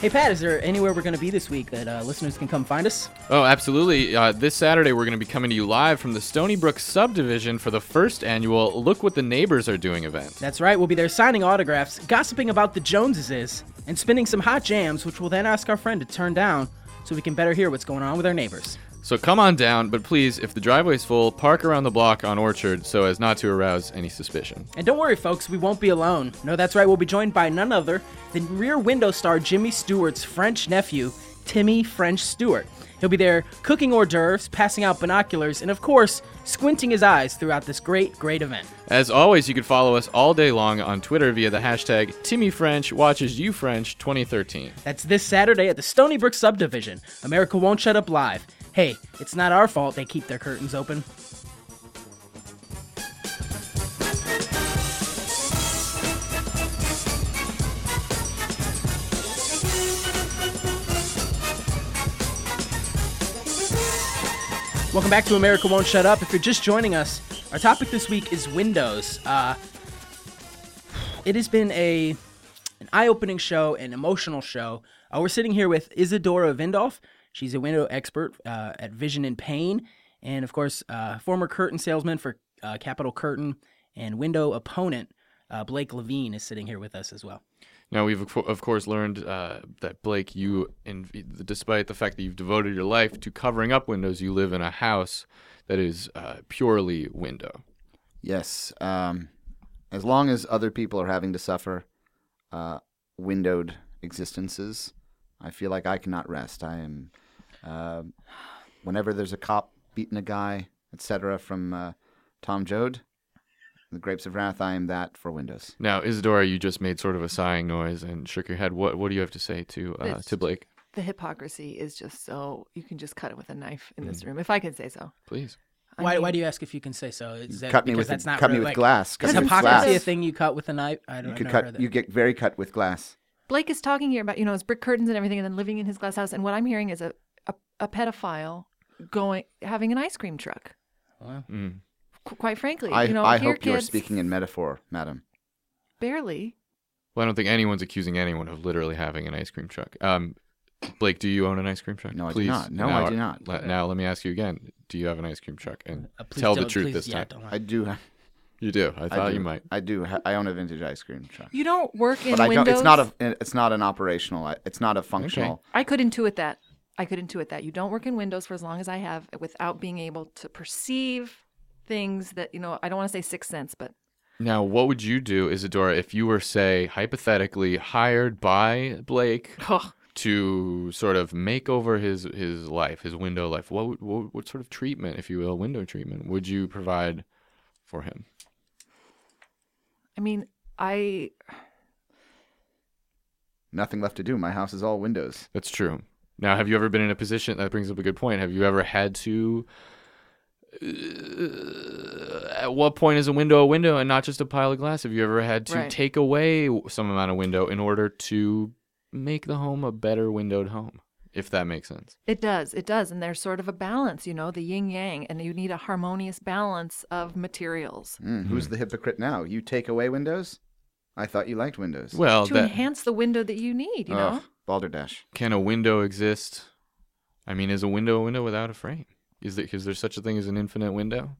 A: Hey, Pat, is there anywhere we're going to be this week that uh, listeners can come find us?
B: Oh, absolutely. Uh, this Saturday, we're going to be coming to you live from the Stony Brook subdivision for the first annual Look What the Neighbors Are Doing event.
A: That's right, we'll be there signing autographs, gossiping about the Joneses, and spinning some hot jams, which we'll then ask our friend to turn down so we can better hear what's going on with our neighbors.
B: So come on down, but please, if the driveway's full, park around the block on Orchard so as not to arouse any suspicion.
A: And don't worry, folks, we won't be alone. No, that's right, we'll be joined by none other than rear window star Jimmy Stewart's French nephew, Timmy French Stewart. He'll be there cooking hors d'oeuvres, passing out binoculars, and of course, squinting his eyes throughout this great, great event.
B: As always, you can follow us all day long on Twitter via the hashtag TimmyFrenchWatchesYouFrench2013.
A: That's this Saturday at the Stony Brook subdivision. America won't shut up live. Hey, it's not our fault they keep their curtains open. Welcome back to America Won't Shut Up. If you're just joining us, our topic this week is Windows. Uh, it has been a an eye-opening show, an emotional show. Uh, we're sitting here with Isadora Vindolf. She's a window expert uh, at Vision and Pain, and of course, uh, former curtain salesman for uh, Capital Curtain and window opponent uh, Blake Levine is sitting here with us as well.
B: Now we've of co- of course learned uh, that Blake, you, in, despite the fact that you've devoted your life to covering up windows, you live in a house that is uh, purely window.
G: Yes. Um, as long as other people are having to suffer uh, windowed existences, I feel like I cannot rest. I am. Uh, whenever there's a cop beating a guy, etc., from uh, Tom Joad, The Grapes of Wrath, I am that for Windows.
B: Now, Isadora, you just made sort of a sighing noise and shook your head. What What do you have to say to uh,
E: It's-
B: to Blake,
E: The hypocrisy is just so you can just cut it with a knife in
G: Mm.
E: this room, if I can say so.
B: please?
E: I
A: why,
E: mean-
A: why do you ask if you can say so? Is that
G: cut me
A: because
G: with a-
A: that's not
G: cut me
A: really,
G: with
A: like,
G: glass. Cut
A: Is
G: me with
A: hypocrisy a
G: glass.
A: thing you cut with a knife? I don't
G: You could
A: know.
G: cut. You get very cut with glass.
E: Blake is talking here about you know his brick curtains and everything, and then living in his glass house. And what I'm hearing is a a, a pedophile going having an ice cream truck.
B: Mm.
E: Qu- quite frankly,
G: I,
E: you know,
G: I
E: here
G: hope you are
E: kids-
G: speaking in metaphor, madam.
E: barely.
B: Well, I don't think anyone's accusing anyone of literally having an ice cream truck. Um, Blake, do you own an ice cream truck?
G: No, I do
B: Please.
G: not. No,
B: Now-
G: I do not.
B: le- now, let me ask you again: Do you have an ice cream truck? And
A: Uh,
B: tell the truth this time.
G: I do. ha-
B: you do. I
G: I
B: thought
G: do-
B: you might.
G: I do. ha- I own a vintage ice cream truck.
E: You don't work in
G: but I
E: windows.
G: don't. It's not a. eh, It's not an operational. It's not a functional.
E: I could intuit that. I could intuit that. You don't work in Windows for as long as I have without being able to perceive things that, you know, I don't want to say sixth sense, but
B: Now, what would you do, Isadora, if you were, say, hypothetically hired by Blake
E: oh,
B: to sort of make over his his life, his window life? What, would- what what sort of treatment, if you will, window treatment, would you provide for him?
E: I mean, I
G: Nothing left to do. My house is all windows.
B: That's true. Now, have you ever been in a position that brings up a good point? Have you ever had to? uh, at what point is a window a window and not just a pile of glass? Have you ever had to
E: Right.
B: take away some amount of window in order to make the home a better windowed home? If that makes sense.
E: It does. It does. And there's sort of a balance, you know, the yin yang, and you need a harmonious balance of materials
G: Mm, Who's
B: Hmm.
G: the hypocrite now? You take away windows? I thought you liked windows.
B: Well,
E: to
B: that,
E: enhance the window that you need, you know?
G: Ugh, balderdash.
B: can a window exist? I mean, is a window a window without a frame? Is there, is there such a thing as an infinite window?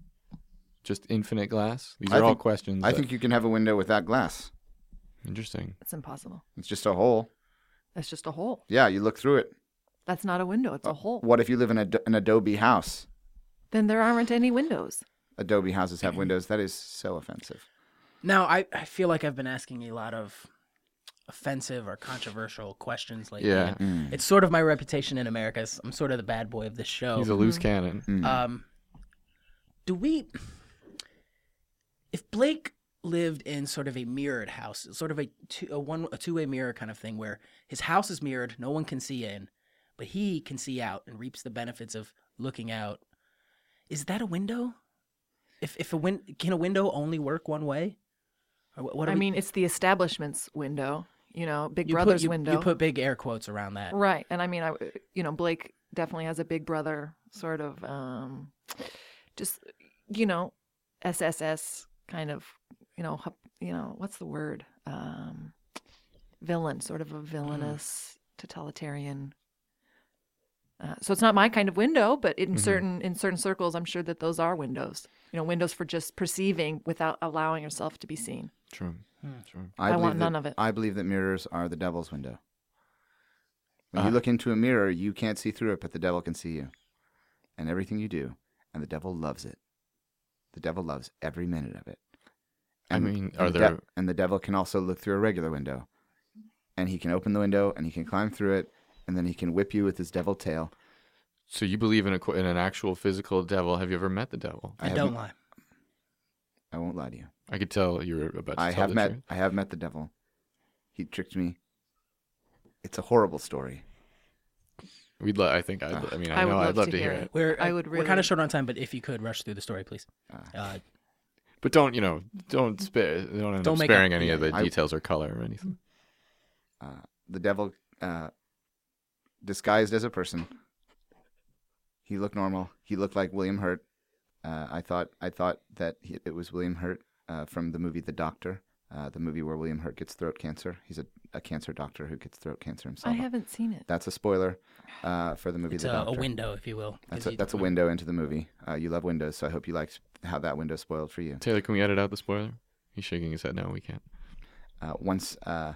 B: Just infinite glass? These
G: I
B: are all
G: think-
B: questions.
G: I
B: that-
G: think you can have a window without glass.
B: interesting.
E: It's impossible.
G: It's just a hole.
E: That's just a hole.
G: Yeah, you look through it.
E: That's not a window,
A: Uh,
E: it's a hole.
G: What if you live in a, an adobe house?
E: Then there aren't any windows.
G: Adobe houses have windows. That is so offensive.
A: Now, I, I feel like I've been asking a lot of offensive or controversial questions lately.
B: Yeah.
A: and It's sort of my reputation in America. is I'm sort of the bad boy of this
E: Oh.
A: show.
B: He's a loose
E: Hmm.
B: cannon.
A: Um, do we, if Blake lived in sort of a mirrored house, sort of a two, a one a two way mirror kind of thing, where his house is mirrored, no one can see in, but he can see out and reaps the benefits of looking out. Is that a window? If if a win can a window only work one way? Or what, what do
E: I
A: we-
E: mean, it's the establishment's window, you know, Big
A: you put,
E: Brother's
A: you,
E: window.
A: You put big air quotes around that.
E: Right. And I mean, I, you know, Blake definitely has a big brother sort of, um, just, you know, SSS kind of, you know, hup- you know, what's the word? Um, villain, sort of a villainous totalitarian. Uh, so it's not my kind of window, but in certain in certain circles, I'm sure that those are windows. You know, windows for just perceiving without allowing yourself to be seen.
B: True. True.
E: I
G: believe
E: want
G: that-
E: none of it.
G: I believe that mirrors are the devil's window. When
B: Uh.
G: you look into a mirror, you can't see through it, but the devil can see you. And everything you do, and the devil loves it. The devil loves every minute of it.
B: I mean, are
G: the
B: there-
G: and the devil can also look through a regular window. And he can open the window and he can climb through it and then he can whip you with his devil tail.
B: So you believe in a qu- in an actual physical devil? Have you ever met the devil?
A: I
G: have
A: don't
G: m-
A: lie.
G: I won't lie to you.
B: I could tell you were about to
G: I
B: tell
G: have
B: the
G: met
B: truth.
G: I have met the devil. He tricked me. It's a horrible story.
B: We'd lo- I think I'd, I mean I,
E: I would
B: know I'd
E: love
B: love
E: to
B: to hear
E: hear
B: it.
E: it.
A: We're,
E: I would
A: We're kind
E: really-
A: of short on time, but if you could rush through the story, please. Uh,
B: But don't you know? Don't spare. Don't end
A: Don't
B: up
A: make
B: sparing
A: up-
B: any of the
G: I-
B: details or color or anything.
G: the devil uh, disguised as a person. He looked normal. He looked like William Hurt. Uh, I thought I thought that he, it was William Hurt uh, from the movie The Doctor, uh, the movie where William Hurt gets throat cancer. He's a, a cancer doctor who gets throat cancer
E: I
G: himself.
E: haven't seen it.
G: That's a spoiler uh, for the movie
A: It's
G: The
A: a,
G: Doctor.
A: a window, if you will. 'cause
G: That's a,
A: you- Mm.
G: that's a window into the movie. Uh, you love windows, so I hope you liked how that window spoiled for you.
B: Taylor, can we edit out the spoiler? He's shaking his head. No, we can't.
G: Uh, once uh,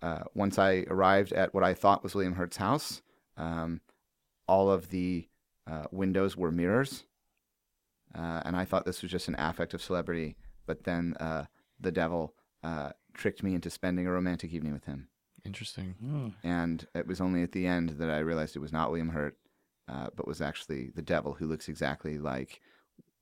G: uh, once I arrived at what I thought was William Hurt's house, um, all of the uh, windows were mirrors, uh, and I thought this was just an affect of celebrity. But then uh, the devil uh, tricked me into spending a romantic evening with him,
B: Interesting.
G: and it was only at the end that I realized it was not William Hurt, uh, but was actually the devil who looks exactly like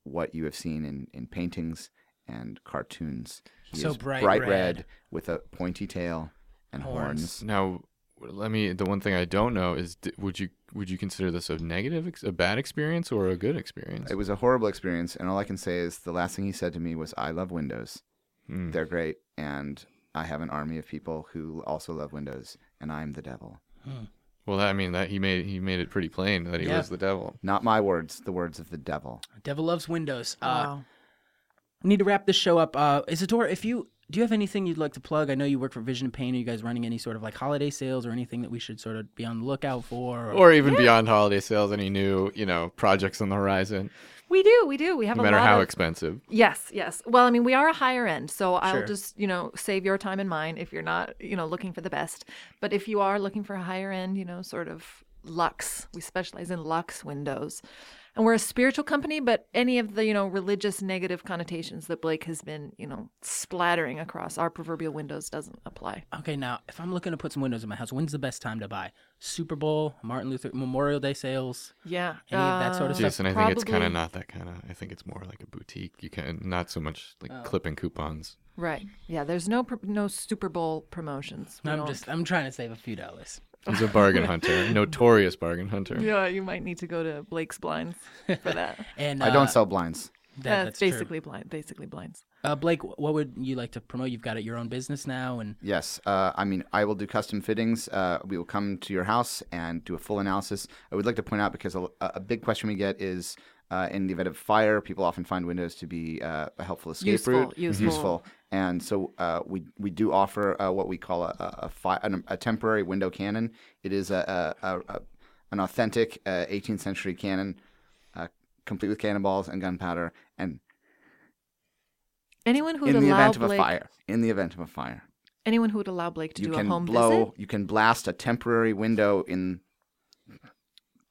G: what you have seen in, in paintings and cartoons. He
A: So
G: is
A: bright
G: red.
A: red.
G: with a pointy tail and horns.
B: Now, let me. The one thing I don't know is, d- would you would you consider this a negative, ex- a bad experience, or a good experience?
G: It was a horrible experience, and all I can say is the last thing he said to me was, "I love Windows.
B: Hmm.
G: They're great, and I have an army of people who also love Windows, and I'm the devil."
B: Well, I mean that he made he made it pretty plain that he
A: Yeah.
B: was the devil.
G: Not my words, the words of the devil.
A: Devil loves windows. Uh,
E: wow.
A: we need to wrap this show up. Uh, Isadora, if you do you have anything you'd like to plug? I know you work for Vision and Pain. Are you guys running any sort of like holiday sales or anything that we should sort of be on the lookout for? Or,
B: Or even beyond holiday sales, any new you know projects on the horizon,
E: We do, we do. We have
B: no
E: a
B: matter
E: lot
B: how
E: of
B: expensive.
E: Yes, yes. Well, I mean, we are a higher end, so I'll
A: Sure.
E: just, you know, save your time and mine if you're not, you know, looking for the best. But if you are looking for a higher end, you know, sort of luxe, we specialize in luxe windows. And we're a spiritual company, but any of the, you know, religious negative connotations that Blake has been, you know, splattering across our proverbial windows doesn't apply.
A: okay, now if I'm looking to put some windows in my house, when's the best time to buy? Super Bowl, Martin Luther Memorial Day sales.
E: Yeah.
A: Any of that sort of stuff?
B: Jason, I think it's kind
E: probably-
B: of not that kind of. I think it's more like a boutique. You can not so much like
G: Oh.
B: clipping coupons.
E: Right. Yeah, there's no pro- no Super Bowl promotions. We
A: I'm
E: don't-
A: just I'm trying to save a few dollars.
B: He's a bargain hunter, notorious bargain hunter.
E: Yeah, you might need to go to Blake's blinds for that.
A: And
G: I
A: uh,
G: don't sell blinds.
A: that-
E: Yeah,
A: that's
E: it's
A: true.
E: basically blind, basically blinds.
A: Uh, Blake, wh- what would you like to promote? You've got it your own business now, and
G: Yes, uh, I mean I will do custom fittings. Uh, we will come to your house and do a full analysis. I would like to point out because a, a big question we get is. Uh, in the event of fire, people often find windows to be uh, a helpful escape
E: Useful,
G: route.
E: useful.
G: And so uh, we we do offer uh, what we call a a, a, fi- an, a temporary window cannon. It is a, a, a, a an authentic uh, 18th century cannon, uh, complete with cannonballs and gunpowder, and
E: Anyone who would
G: in the
E: allow
G: event of a
E: Blake,
G: fire, in the event of a fire,
E: anyone who would allow Blake to
G: you
E: do
G: can
E: a home
G: blow,
E: visit,
G: you can blast a temporary window in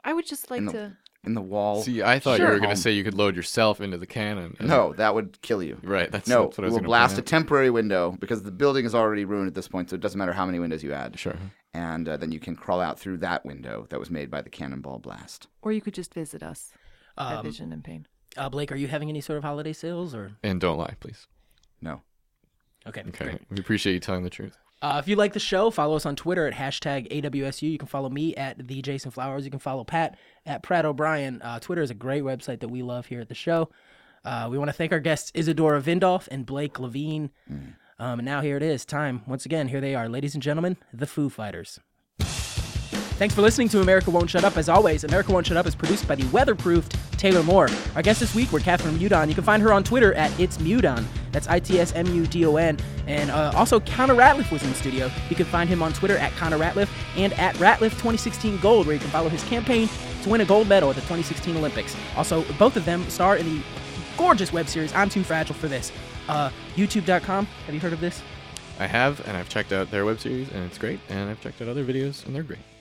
E: I would just like
G: in the-
E: to.
G: in the wall.
B: See, I thought
E: Sure.
B: you were going
G: Home.
B: to say you could load yourself into the cannon. and-
G: no, that would kill you.
B: Right. That's,
G: No,
B: that's what I was
G: we'll
B: gonna
G: blast a
B: point
G: temporary window because the building is already ruined at this point, so it doesn't matter how many windows you add.
B: out. Sure.
G: And uh, then you can crawl out through that window that was made by the cannonball blast.
E: Or you could just visit us at
A: um,
E: Vision and Pain.
A: uh, Blake, are you having any sort of holiday sales or?
B: And don't lie, please.
G: No.
A: Okay.
B: Okay. We appreciate you telling the truth.
A: Uh, if you like the show, follow us on Twitter at hashtag AWSU. You can follow me at the Jason Flowers. You can follow Pat at Pratt O'Brien. Uh, Twitter is a great website that we love here at the show. Uh, we want to thank our guests Isadora Vindolf and Blake Levine. Um, and now here it is, time. Once again, here they are, ladies and gentlemen, the Foo Fighters. Thanks for listening to America Won't Shut Up. As always, America Won't Shut Up is produced by the weatherproofed Taylor Moore. Our guests this week were Catherine Mudon. You can find her on Twitter at It's Mudon. That's I T S M U D O N. And uh, also, Connor Ratliff was in the studio. You can find him on Twitter at Connor Ratliff and at Ratliff 2016 Gold, where you can follow his campaign to win a gold medal at the 2016 Olympics. Also, both of them star in the gorgeous web series I'm Too Fragile for This. Uh, YouTube.com. Have you heard of this?
B: I have, and I've checked out their web series, and it's great. And I've checked out other videos, and they're great.